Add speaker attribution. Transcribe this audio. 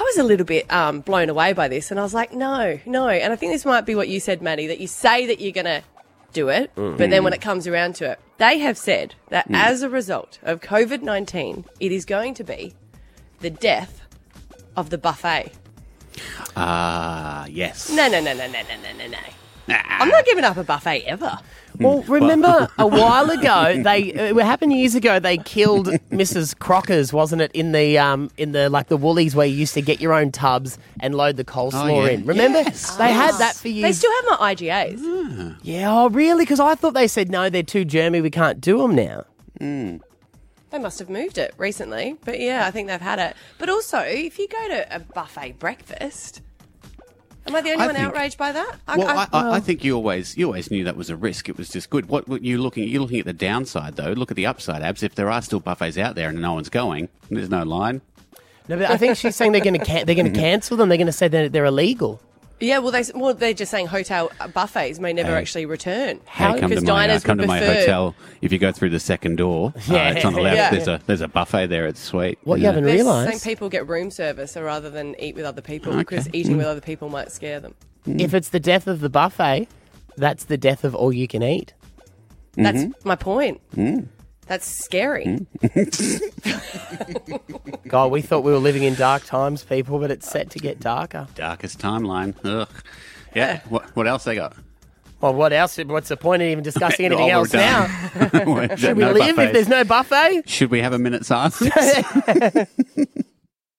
Speaker 1: was a little bit um, blown away by this, and I was like, no, no. And I think this might be what you said, Maddie, that you say that you're going to do it, but then when it comes around to it, they have said that as a result of COVID 19, it is going to be the death of the buffet.
Speaker 2: Ah, yes.
Speaker 1: No, no, no, no, no, no, no, no, no. I'm not giving up a buffet ever.
Speaker 3: Well, remember a while ago they it happened years ago they killed Mrs. Crocker's, wasn't it? In the um in the like the Woolies where you used to get your own tubs and load the coleslaw
Speaker 2: Oh, yeah.
Speaker 3: in. Remember
Speaker 2: Yes.
Speaker 3: they had that for
Speaker 1: They
Speaker 3: years.
Speaker 1: still have my IGAs.
Speaker 3: yeah, oh really? Because I thought they said no, they're too germy, we can't do them now.
Speaker 1: They must have moved it recently, but yeah, I think they've had it. But also, if you go to a buffet breakfast, am I the only
Speaker 2: I
Speaker 1: one
Speaker 2: think-
Speaker 1: outraged by that? I,
Speaker 2: Well,
Speaker 1: I-
Speaker 2: I, I, I think you always you always knew that was a risk. It was just good. What, what you looking? You're looking at the downside though. Look at the upside, abs. If there are still buffets out there and no one's going, there's no line.
Speaker 3: No, but I think she's saying they're going to can- they're going to cancel them. They're going to say that they're illegal.
Speaker 1: yeah, well, they well they're just saying hotel uh, buffets may never actually return.
Speaker 2: Hey, come to my uh,
Speaker 1: diners
Speaker 2: come
Speaker 1: would
Speaker 2: to my
Speaker 1: prefer-
Speaker 2: hotel. If you go through the second door, uh,
Speaker 3: Yeah.
Speaker 2: it's on the left.
Speaker 1: Yeah.
Speaker 2: There's a there's a buffet there. It's sweet.
Speaker 3: What you
Speaker 2: Yeah.
Speaker 3: haven't
Speaker 1: They're
Speaker 3: realised
Speaker 1: saying people get room service rather than eat with other people because eating
Speaker 2: Mm.
Speaker 1: with other people might scare them.
Speaker 3: if it's the death of the buffet, that's the death of all you can eat.
Speaker 1: That's
Speaker 2: Mm-hmm.
Speaker 1: my point.
Speaker 2: Mm.
Speaker 1: That's scary.
Speaker 3: God, we thought we were living in dark times, people, but it's set to get darker.
Speaker 2: Darkest timeline. Ugh. Yeah. What, what else they got?
Speaker 3: Well, what else? What's the point of even discussing anything
Speaker 2: Oh, we're
Speaker 3: else
Speaker 2: done.
Speaker 3: now?
Speaker 2: Should
Speaker 3: We live if there's no buffet.
Speaker 2: Should we have a minute silence?